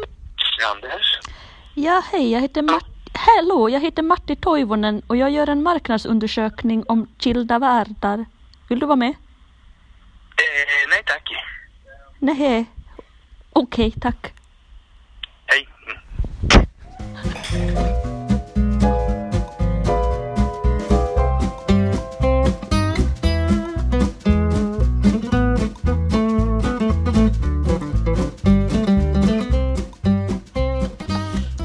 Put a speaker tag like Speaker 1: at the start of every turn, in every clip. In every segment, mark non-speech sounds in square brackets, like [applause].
Speaker 1: med Anders.
Speaker 2: Ja, hej, jag heter Mart Hallå, jag heter Matti Toivonen och jag gör en marknadsundersökning om skilda världar. Vill du vara med?
Speaker 1: Eh, nej tack.
Speaker 2: Nej. Okej, tack.
Speaker 1: Hej. Mm.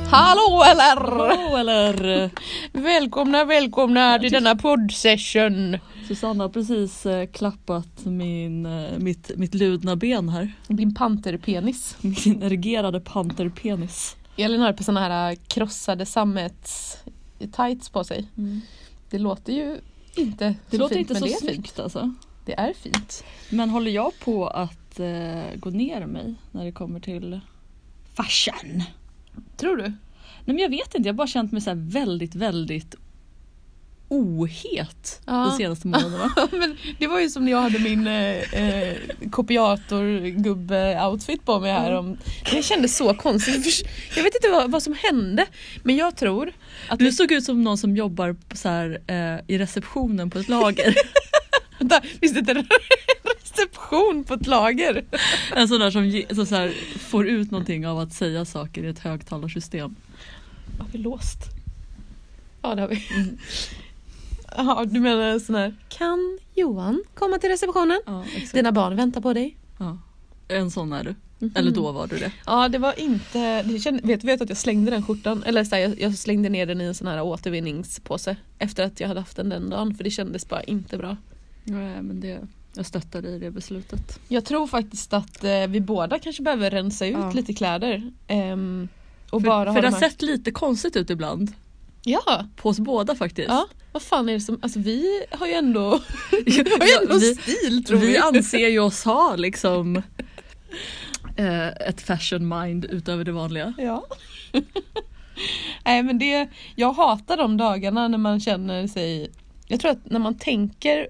Speaker 3: Hallå eller!
Speaker 4: Hallå eller? eh,
Speaker 3: Välkomna, välkomna till denna poddsession.
Speaker 4: Susanna har precis eh, klappat min, eh, mitt, mitt ludna ben här.
Speaker 3: Din panterpenis.
Speaker 4: Min erigerade panterpenis.
Speaker 3: Elin har på såna här äh, krossade sammets tights på sig. Det låter ju inte så
Speaker 4: Det låter
Speaker 3: fint,
Speaker 4: inte
Speaker 3: men
Speaker 4: så
Speaker 3: Mm. det är fint.
Speaker 4: snyggt alltså.
Speaker 3: Det är fint.
Speaker 4: Men håller jag på att eh, gå ner mig när det kommer till fashion?
Speaker 3: Tror du?
Speaker 4: Nej men jag vet inte, jag har bara känt mig så här väldigt, väldigt ohet
Speaker 3: [laughs] Ja.
Speaker 4: de senaste [laughs] månaderna.
Speaker 3: men det var ju som när jag hade min eh, eh, kopiatorgubbe-outfit på mig här. Om, det kändes så konstigt. Förs- Jag vet inte vad, vad som hände. Men jag tror att
Speaker 4: Du såg ut som någon som jobbar på så här, eh, i receptionen på ett lager.
Speaker 3: Vänta, visst är det en [laughs] reception på ett lager?
Speaker 4: En sån där som ge, så så här, får ut någonting av att säga saker i ett högtalarsystem.
Speaker 3: Har vi låst? Ja det har vi. [laughs] Jaha, du menar sån här. Kan Johan komma till receptionen?
Speaker 4: Ja, exakt.
Speaker 3: Dina barn väntar på dig.
Speaker 4: Ja. En sån är du. Eller då var du det.
Speaker 3: Ja det var inte, det känd, vet du vet att jag slängde den skjortan, eller så här, jag, jag slängde ner den i en sån här återvinningspåse efter att jag hade haft den den dagen för det kändes bara inte bra.
Speaker 4: Nej, men det, jag stöttar dig i det beslutet.
Speaker 3: Jag tror faktiskt att eh, vi båda kanske behöver rensa ut
Speaker 4: Ja.
Speaker 3: lite kläder. ehm, och
Speaker 4: För,
Speaker 3: bara
Speaker 4: för
Speaker 3: ha
Speaker 4: det
Speaker 3: de
Speaker 4: har
Speaker 3: här-
Speaker 4: sett lite konstigt ut ibland.
Speaker 3: Ja,
Speaker 4: På oss båda faktiskt.
Speaker 3: ja. Vad fan är det som, alltså vi har ju [laughs] ändå, vi har ju ändå
Speaker 4: vi-
Speaker 3: stil tror
Speaker 4: Vi [laughs]
Speaker 3: vi.
Speaker 4: anser ju oss ha liksom eh, ett fashion mind utöver det vanliga.
Speaker 3: Ja. Nej men det, jag hatar de dagarna när man känner sig, jag tror att när man tänker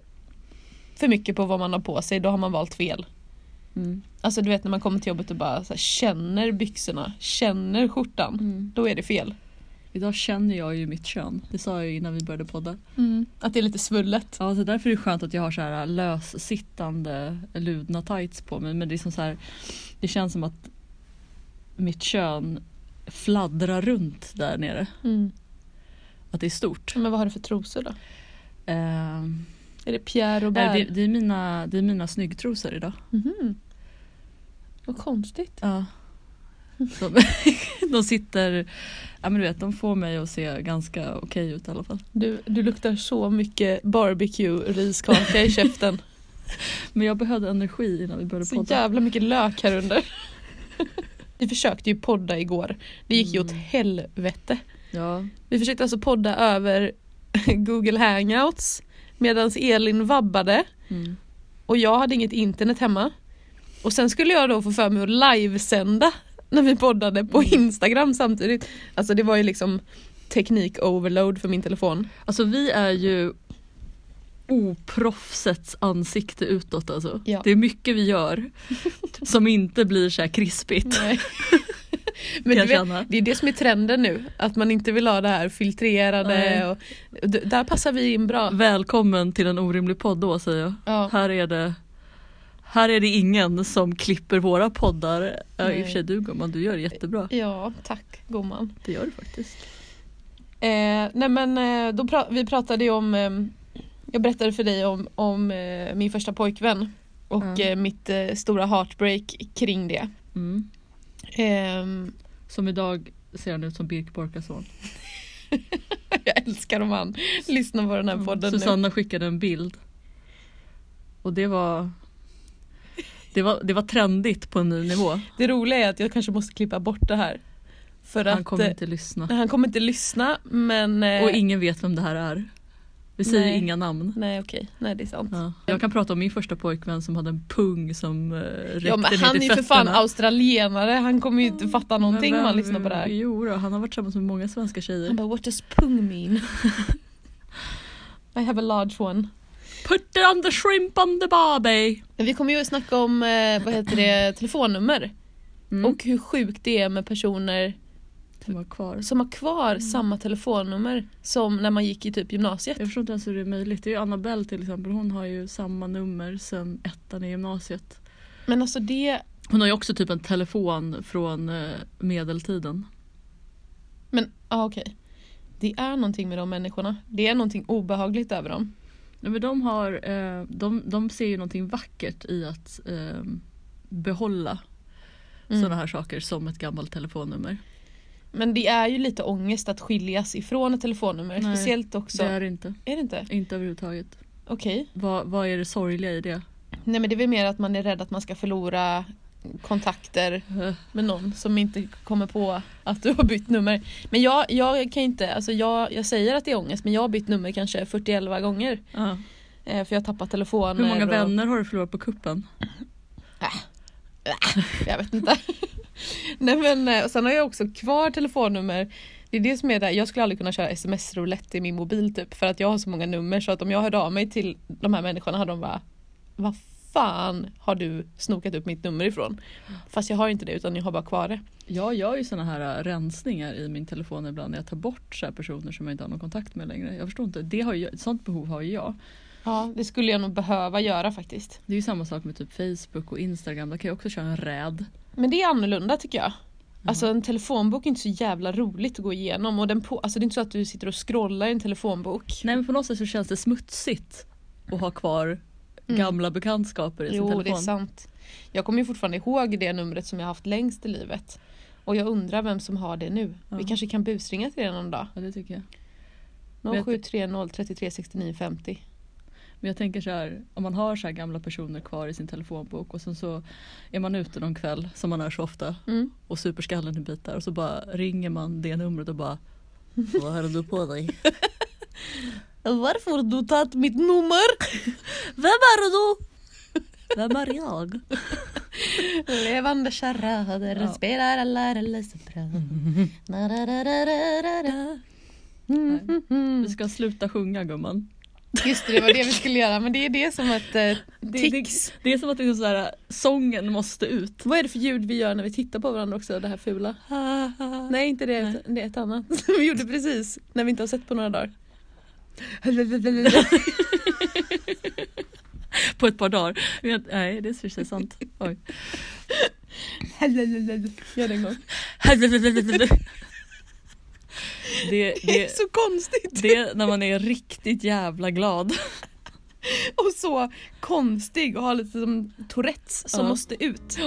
Speaker 3: för mycket på vad man har på sig då har man valt fel.
Speaker 4: Mm.
Speaker 3: Alltså du vet när man kommer till jobbet och bara så här, känner byxorna, känner skjortan, då är det fel.
Speaker 4: Idag känner jag ju mitt kön. Det sa jag ju innan vi började podda.
Speaker 3: Mm. Att det är lite svullet.
Speaker 4: Ja, så därför är det skönt att jag har så här lössittande ludna tights på mig. Men det är som så här, det känns som att mitt kön fladdrar runt där nere. Att det är stort.
Speaker 3: Mm. Men vad har du för trosor då?
Speaker 4: Eh,
Speaker 3: Är det Pierre och
Speaker 4: nej,
Speaker 3: Bär?
Speaker 4: det, det, är mina, det är mina snyggtrosor idag.
Speaker 3: Mhm. Vad konstigt. [laughs]
Speaker 4: Ja. De, [laughs] de sitter, ja men du vet de får mig att se ganska okej ut i alla fall.
Speaker 3: Du, du luktar så mycket barbecue-riskaka i käften.
Speaker 4: Men jag behövde energi innan vi började
Speaker 3: Så
Speaker 4: podda.
Speaker 3: jävla mycket lök här under. Vi försökte ju podda igår. Det gick ju
Speaker 4: Mm.
Speaker 3: åt helvete.
Speaker 4: Ja,
Speaker 3: Vi försökte alltså podda över [laughs] Google Hangouts medan Elin vabbade
Speaker 4: Mm.
Speaker 3: och jag hade inget internet hemma. Och sen skulle jag då få för mig att livesända när vi poddade på
Speaker 4: Mm.
Speaker 3: Instagram samtidigt. Alltså det var ju liksom teknik-overload för min telefon.
Speaker 4: Alltså vi är ju oproffsets ansikte utåt alltså.
Speaker 3: Ja.
Speaker 4: Det är mycket vi gör
Speaker 3: [laughs]
Speaker 4: som inte blir så här krispigt.
Speaker 3: Nej.
Speaker 4: Kan
Speaker 3: [laughs] Men du
Speaker 4: jag
Speaker 3: vet,
Speaker 4: känna.
Speaker 3: det är det som är trenden nu, att man inte vill ha det här filtrerade.
Speaker 4: Nej.
Speaker 3: Och, och d- där passar vi in bra.
Speaker 4: Välkommen till en orimlig podd då säger jag.
Speaker 3: Ja.
Speaker 4: Här är det här är det ingen som klipper våra poddar. Ja, I
Speaker 3: Nej.
Speaker 4: och för sig du gumman, du gör det jättebra.
Speaker 3: Ja, tack gumman.
Speaker 4: Det gör du faktiskt.
Speaker 3: Eh, nej men eh, då pra- vi pratade ju om, ehm, jag berättade för dig om, om eh, min första pojkvän och
Speaker 4: Ja.
Speaker 3: eh, mitt eh, stora heartbreak kring det.
Speaker 4: Mm.
Speaker 3: Ehm, [laughs]
Speaker 4: Som idag ser han ut som Birk Borkason.
Speaker 3: jag älskar om han lyssnar på den här podden
Speaker 4: Mm. Susanna skickade en bild. Och det var det var, det var trendigt på en ny nivå.
Speaker 3: nu. Det roliga är att jag kanske måste klippa bort det här. För
Speaker 4: Han
Speaker 3: att
Speaker 4: kommer
Speaker 3: eh,
Speaker 4: inte lyssna.
Speaker 3: han kommer inte lyssna men... eh,
Speaker 4: Och ingen vet vem det här är. Vi säger
Speaker 3: Nej.
Speaker 4: inga namn.
Speaker 3: nej okej, nej det är sant.
Speaker 4: Ja. Jag kan prata om min första pojkvän som hade en pung som eh, räckte
Speaker 3: Ja,
Speaker 4: ner
Speaker 3: men han är
Speaker 4: till
Speaker 3: ju för fan
Speaker 4: fötterna.
Speaker 3: australienare, han kommer ju inte fatta någonting om
Speaker 4: Men
Speaker 3: han
Speaker 4: vem-
Speaker 3: lyssnar på det här.
Speaker 4: Jo då, han har varit tillsammans med många svenska
Speaker 3: Han
Speaker 4: tjejer.
Speaker 3: bara what does pung mean? [laughs] I have a large one.
Speaker 4: Put it on the shrimp on the barbie! [clears throat]
Speaker 3: Men vi kommer ju att snacka om eh, vad heter det, telefonnummer.
Speaker 4: Mm.
Speaker 3: Och hur sjukt det är med personer
Speaker 4: som var kvar.
Speaker 3: som har kvar
Speaker 4: Mm.
Speaker 3: samma telefonnummer som när man gick i typ gymnasiet.
Speaker 4: Jag förstår inte ens hur det är möjligt. Det är ju Annabelle till exempel. Hon har ju samma nummer sen ettan i gymnasiet.
Speaker 3: Men alltså det,
Speaker 4: Hon har ju också typ en telefon från eh, medeltiden.
Speaker 3: men ja ah, okej. Det är någonting med de människorna. Det är någonting obehagligt över dem.
Speaker 4: Nej, men de, har, eh, de, de ser ju någonting vackert i att eh, behålla
Speaker 3: Mm.
Speaker 4: sådana här saker som ett gammalt telefonnummer.
Speaker 3: Men det är ju lite ångest att skiljas ifrån ett telefonnummer.
Speaker 4: Nej,
Speaker 3: speciellt också.
Speaker 4: Det är
Speaker 3: är...
Speaker 4: det inte.
Speaker 3: det inte?
Speaker 4: Inte överhuvudtaget.
Speaker 3: Okej.
Speaker 4: Vad, vad är det sorgliga i det?
Speaker 3: Nej men det är väl mer att man är rädd att man ska förlora
Speaker 4: [laughs]
Speaker 3: kontakter med någon som inte kommer på att du har bytt nummer. Men jag, jag kan inte, alltså jag, jag säger att det är ångest men jag har bytt nummer kanske 41 gånger.
Speaker 4: Ja.
Speaker 3: Eh, för jag har tappat telefoner.
Speaker 4: Hur många
Speaker 3: och-
Speaker 4: vänner har du förlorat på kuppen?
Speaker 3: Jag vet inte. [laughs] Nej men eh, och sen har jag också kvar telefonnummer. Det är det som är där. Jag skulle aldrig kunna köra sms-roulette i min mobil typ för att jag har så många nummer så att om jag hörde av mig till de här människorna hade de bara Vad fan har du snokat upp mitt nummer ifrån? Fast jag har ju inte det utan jag har bara kvar det.
Speaker 4: Jag gör ju sådana här äh, rensningar i min telefon ibland när jag tar bort så här personer som jag inte har någon kontakt med längre. Jag förstår inte, det har ju, ett sånt behov har ju jag.
Speaker 3: Ja det skulle jag nog behöva göra faktiskt.
Speaker 4: Det är ju samma sak med typ Facebook och Instagram, där kan jag också köra en räd.
Speaker 3: Men det är annorlunda tycker jag. Alltså en telefonbok är inte så jävla roligt att gå igenom och den på, alltså det är inte så att du sitter och scrollar i en telefonbok.
Speaker 4: Nej men på något sätt så känns det smutsigt att ha kvar gamla bekantskaper i sin
Speaker 3: Mm. Jo,
Speaker 4: telefon.
Speaker 3: det är sant. Jag kommer ju fortfarande ihåg det numret som jag haft längst i livet. Och jag undrar vem som har det nu.
Speaker 4: Ja.
Speaker 3: Vi kanske kan busringa till det någon dag.
Speaker 4: Ja det tycker jag. Vet-
Speaker 3: 0730 33 69 50.
Speaker 4: Men jag tänker så här, om man har så här gamla personer kvar i sin telefonbok och sen så är man ute någon kväll som man är så ofta
Speaker 3: Mm.
Speaker 4: och superskallen i bitar och så bara ringer man det numret
Speaker 3: [laughs]
Speaker 4: och bara Vad har du på dig?
Speaker 3: Varför har du tagit mitt nummer?
Speaker 4: Vem är du? Vem är jag?
Speaker 3: [laughs] Levande charader
Speaker 4: Ja.
Speaker 3: spelar alla releasebra.
Speaker 4: Vi ska sluta sjunga gumman.
Speaker 3: Mm. Just det, det var det vi skulle göra. Men det är det som ett eh,
Speaker 4: Det, det,
Speaker 3: tics.
Speaker 4: det är som att det är så här, sången måste ut.
Speaker 3: Vad är det för ljud vi gör när vi tittar på varandra också? Det här fula. Nej inte det, utan det är ett annat. [laughs] Vi gjorde precis, när vi inte har sett på några dagar.
Speaker 4: På ett par dagar. Men- Nej det är precis sant. Oj.
Speaker 3: Gör det en gång.
Speaker 4: Det,
Speaker 3: Det är
Speaker 4: det,
Speaker 3: [laughs] så konstigt
Speaker 4: det är när man är riktigt jävla glad.
Speaker 3: och så konstig och har lite som Tourettes som
Speaker 4: Ja.
Speaker 3: måste ut.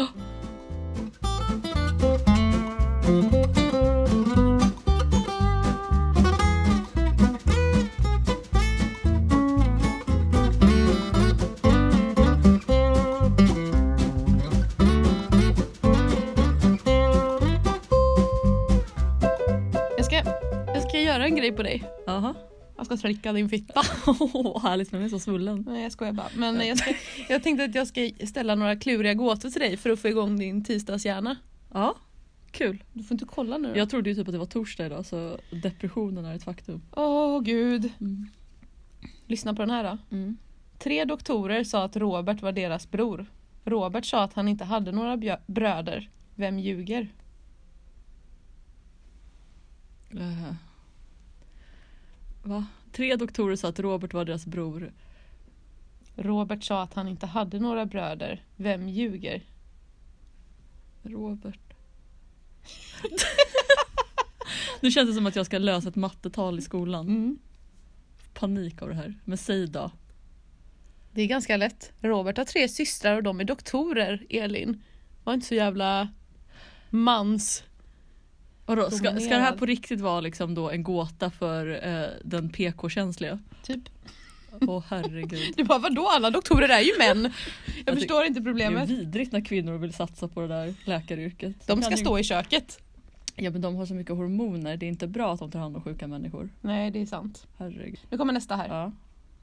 Speaker 3: Jag ska, jag ska göra en grej på dig.
Speaker 4: Jaha.
Speaker 3: Jag ska slicka din fitta. [laughs]
Speaker 4: Åh, härligt men den är så svullen.
Speaker 3: Nej jag skojar bara. Men jag, ska, jag tänkte att jag ska ställa några kluriga gåtor till dig för att få igång din tisdagshjärna.
Speaker 4: Ja, kul.
Speaker 3: Du får inte kolla nu då.
Speaker 4: Jag trodde ju typ att det var torsdag idag så depressionen är ett faktum.
Speaker 3: Åh gud.
Speaker 4: Mm.
Speaker 3: Lyssna på den här då. Tre doktorer sa att Robert var deras bror. Robert sa att han inte hade några bjö- bröder. Vem ljuger?
Speaker 4: Eh. Va? Tre doktorer sa att Robert var deras bror.
Speaker 3: Robert sa att han inte hade några bröder. Vem ljuger?
Speaker 4: Robert. nu känns det som att jag ska lösa ett mattetal i skolan.
Speaker 3: Mm.
Speaker 4: Panik av det här. Men säg då.
Speaker 3: Det är ganska lätt. Robert har tre systrar och de är doktorer, Elin. Var inte så jävla mans.
Speaker 4: Vadå, ska, ska det här
Speaker 3: Dominerad.
Speaker 4: på riktigt vara liksom då en gåta för eh, den PK-känsliga?
Speaker 3: Typ.
Speaker 4: Åh [laughs] herregud.
Speaker 3: Du bara vadå alla doktorer är ju män. Jag,
Speaker 4: tyck-
Speaker 3: förstår inte
Speaker 4: Det är
Speaker 3: problemet.
Speaker 4: ju vidrigt när kvinnor vill satsa på det där läkaryrket.
Speaker 3: De
Speaker 4: Kan
Speaker 3: ska
Speaker 4: ju-
Speaker 3: stå i köket.
Speaker 4: Ja men de har så mycket hormoner, det är inte bra att de tar hand om sjuka människor.
Speaker 3: Nej det är sant.
Speaker 4: Herregud.
Speaker 3: Nu kommer nästa här.
Speaker 4: Ja.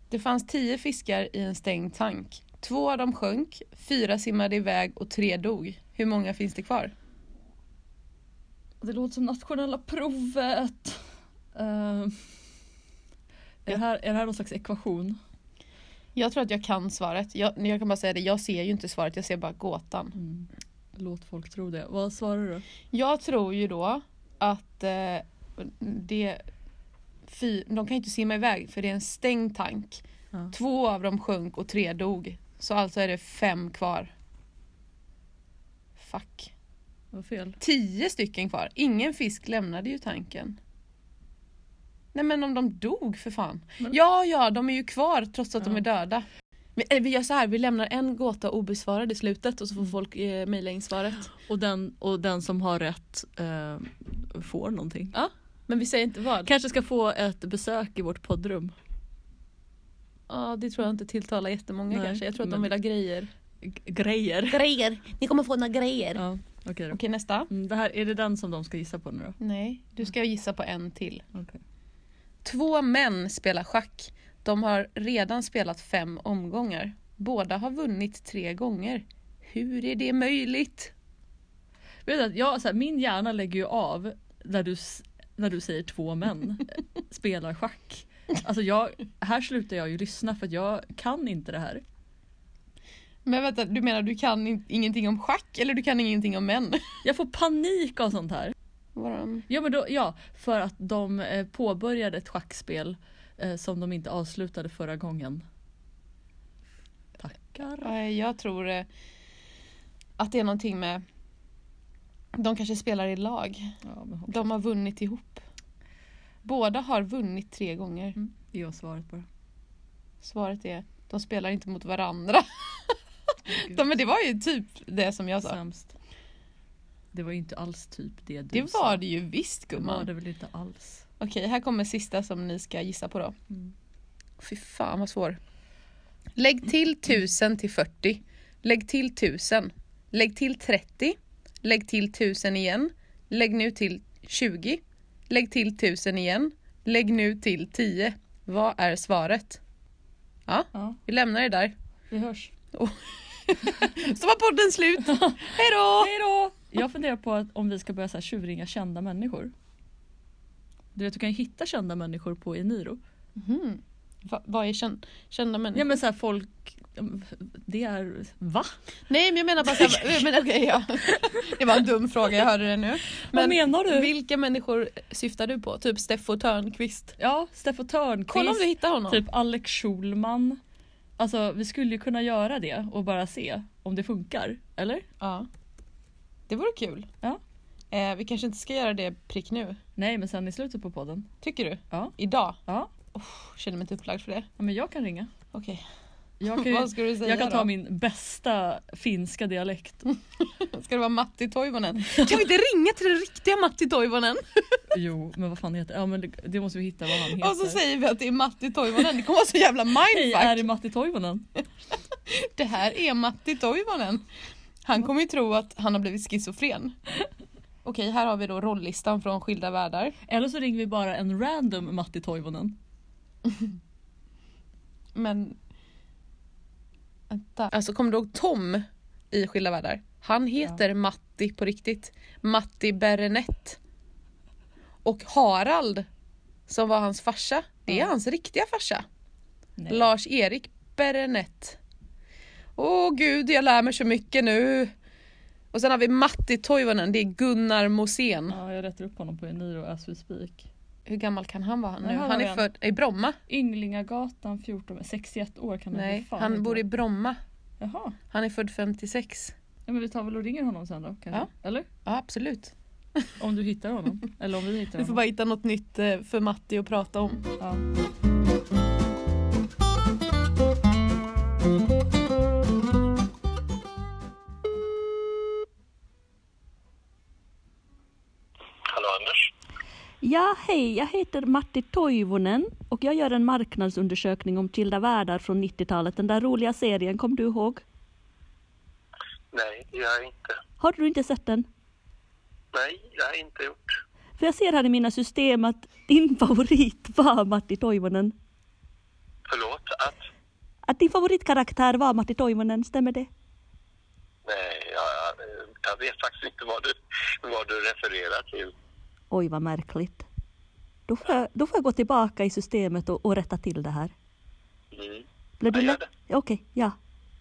Speaker 3: Det fanns tio fiskar i en stängd tank. Två av dem sjönk, fyra simmade iväg och tre dog. Hur många finns det kvar?
Speaker 4: Det låter som nationella provet. Ehm. är, det här, är det här någon slags ekvation?
Speaker 3: Jag tror att jag kan svaret. Jag, jag kan bara säga det, jag ser ju inte svaret, jag ser bara gåtan.
Speaker 4: låt folk tro det. Vad svarar du?
Speaker 3: Jag tror ju då att eh, det... Fy, de kan ju inte simma iväg för det är en stängd tank.
Speaker 4: Ja.
Speaker 3: Två av dem sjönk och tre dog. Så alltså är det fem kvar. Fuck.
Speaker 4: Vad fel.
Speaker 3: Tio stycken kvar. Ingen fisk lämnade ju tanken. Nej men om de dog för fan.
Speaker 4: Men-
Speaker 3: Ja, ja, de är ju kvar trots att de
Speaker 4: Ja.
Speaker 3: är döda. Men, eh, vi gör så här, vi lämnar en gåta obesvarad i slutet och så får folk eh, mejla in svaret.
Speaker 4: Och den, och den som har rätt eh, får någonting.
Speaker 3: Men vi säger inte vad.
Speaker 4: Kanske ska få ett besök i vårt poddrum.
Speaker 3: Ja, det tror jag inte tilltalar jättemånga
Speaker 4: Nej,
Speaker 3: kanske. Jag tror att
Speaker 4: men-
Speaker 3: de vill ha grejer.
Speaker 4: G- grejer.
Speaker 3: Grejer! Ni kommer få några grejer.
Speaker 4: Ja, okej då.
Speaker 3: Okej, nästa. Mm.
Speaker 4: Mm, det här, är det den som de ska gissa på nu då?
Speaker 3: Nej, du ska gissa på en till.
Speaker 4: Okej.
Speaker 3: Två män spelar schack. De har redan spelat fem omgångar. Båda har vunnit tre gånger. Hur är det möjligt?
Speaker 4: Vet du, att jag, så här, min hjärna lägger ju av när du, s- när du säger
Speaker 3: [laughs]
Speaker 4: två män spelar schack. Alltså jag, här slutar jag ju lyssna för att jag kan inte det här.
Speaker 3: Men vänta, du menar du kan in- ingenting om schack eller du kan ingenting om [laughs] män?
Speaker 4: Jag får panik av sånt här.
Speaker 3: Vadå?
Speaker 4: Ja, men då, ja för att de eh, påbörjade ett schackspel eh, som de inte avslutade förra gången. Tackar.
Speaker 3: Nej, Jag tror eh, att det är någonting med... De kanske spelar i lag.
Speaker 4: Ja, men hopp.
Speaker 3: De har vunnit ihop. Båda har vunnit tre gånger.
Speaker 4: Mm, Ge oss svaret bara.
Speaker 3: Svaret är de spelar inte mot varandra. De, men det var ju typ det som jag sa.
Speaker 4: Sämst. Det var ju inte alls typ det du
Speaker 3: Det
Speaker 4: sa.
Speaker 3: var det ju visst
Speaker 4: Det var det
Speaker 3: gumman.
Speaker 4: väl inte alls.
Speaker 3: Okej, här kommer sista som ni ska gissa på då.
Speaker 4: Mm.
Speaker 3: Fy fan vad svår. Lägg till 1000 till 40. Lägg till 1000. Lägg till 30. Lägg till 1000 igen. Lägg nu till 20. Lägg till 1000 igen. Lägg nu till 10. Vad är svaret?
Speaker 4: Ja,
Speaker 3: Vi lämnar det där.
Speaker 4: vi hörs.
Speaker 3: [laughs] Så var podden slut. Hej då!
Speaker 4: Hej då! Jag funderar på att om vi ska börja så här tjuvringa kända människor. Du vet du kan ju hitta kända människor på Eniro.
Speaker 3: Mhm. Va, vad är känn, kända människor?
Speaker 4: Ja men så här folk, det är, va?
Speaker 3: Nej men jag menar bara såhär, men okej ja. Det var en dum fråga, jag hörde det nu.
Speaker 4: Vad menar du?
Speaker 3: Vilka människor syftar du på? Typ Steffo Törnqvist?
Speaker 4: Ja, Steffo Törnqvist,
Speaker 3: Kolla om du hittar honom.
Speaker 4: typ Alex Schulman. Alltså vi skulle ju kunna göra det och bara se om det funkar, eller?
Speaker 3: Ja. Det vore kul.
Speaker 4: Ja.
Speaker 3: Eh, vi kanske inte ska göra det prick nu.
Speaker 4: Nej men sen i slutet på podden.
Speaker 3: Tycker du?
Speaker 4: Ja.
Speaker 3: Idag?
Speaker 4: Ja,
Speaker 3: Känner mig inte upplagd för det.
Speaker 4: ja men jag kan ringa.
Speaker 3: Okej.
Speaker 4: Jag kan, ju,
Speaker 3: [laughs] Vad ska du säga
Speaker 4: jag kan ta
Speaker 3: då?
Speaker 4: min bästa finska dialekt.
Speaker 3: Ska det vara Matti Toivonen? Kan vi inte ringa till den riktiga Matti Toivonen?
Speaker 4: Jo men vad fan heter Ja men det, det måste vi hitta vad han heter.
Speaker 3: Och så säger vi att det är Matti Toivonen, det kommer vara så jävla
Speaker 4: Hej,
Speaker 3: mindfuck.
Speaker 4: är det Matti Toivonen?
Speaker 3: Det här är Matti Toivonen.
Speaker 4: Mm.
Speaker 3: Han kommer ju tro att han har blivit schizofren. Okej, här har vi då rollistan från Skilda Världar.
Speaker 4: Eller så ringer vi bara en random Matti Toivonen.
Speaker 3: Men... Vänta. Alltså kommer du ihåg Tom i Skilda Världar? Han heter Matti på riktigt. Matti Berenett. Och Harald, som var hans farsa, det är
Speaker 4: Ja.
Speaker 3: hans riktiga farsa.
Speaker 4: Nej.
Speaker 3: Lars-Erik Berenett. Åh gud, jag lär mig så mycket nu. Och sen har vi Matti Toivonen, det är Gunnar Mosén.
Speaker 4: Ja, jag rättar upp honom på Eniro as we speak.
Speaker 3: Hur gammal kan han vara nu?
Speaker 4: Nej, här
Speaker 3: han
Speaker 4: har vi
Speaker 3: är
Speaker 4: han.
Speaker 3: född i Bromma.
Speaker 4: Ynglingagatan 14, 61 år kan han
Speaker 3: Nej,
Speaker 4: för fan
Speaker 3: han
Speaker 4: inte
Speaker 3: bor i
Speaker 4: vara.
Speaker 3: Bromma.
Speaker 4: Jaha,
Speaker 3: Han är född 56.
Speaker 4: ja, men vi tar väl och ringer honom sen då kanske? Eller?
Speaker 3: Ja, absolut.
Speaker 4: Om du hittar
Speaker 3: [laughs]
Speaker 4: honom. Eller om vi hittar
Speaker 3: Vi får
Speaker 4: honom.
Speaker 3: bara hitta något nytt eh, för Matti att prata om.
Speaker 4: Ja.
Speaker 1: Hallå Anders.
Speaker 2: Ja, hej, jag heter Matti Toivonen och jag gör en marknadsundersökning om Kilda världar från 90-talet. Den där roliga serien, kom du ihåg?
Speaker 1: Nej, jag har inte.
Speaker 2: Har du inte sett den?
Speaker 1: Nej, jag har inte gjort.
Speaker 2: För jag ser här i mina system att din [laughs] favorit var Matti Toivonen.
Speaker 1: Förlåt att...
Speaker 2: Att din favoritkaraktär var Matti Toivonen, stämmer det?
Speaker 1: Nej, jag, jag vet faktiskt inte vad du, vad du refererar till.
Speaker 2: Oj, vad märkligt. Då får jag, då får jag gå tillbaka i systemet och, och rätta till det här.
Speaker 1: Mm.
Speaker 2: Blev du
Speaker 1: Jag gör
Speaker 2: nöjd? Okej, ja.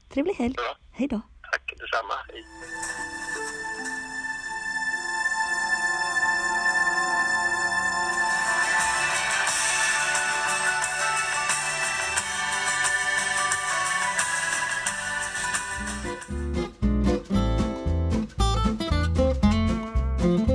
Speaker 2: Trevlig helg.
Speaker 1: Bra.
Speaker 2: Hej då.
Speaker 1: Tack detsamma. Hej.
Speaker 4: Mm.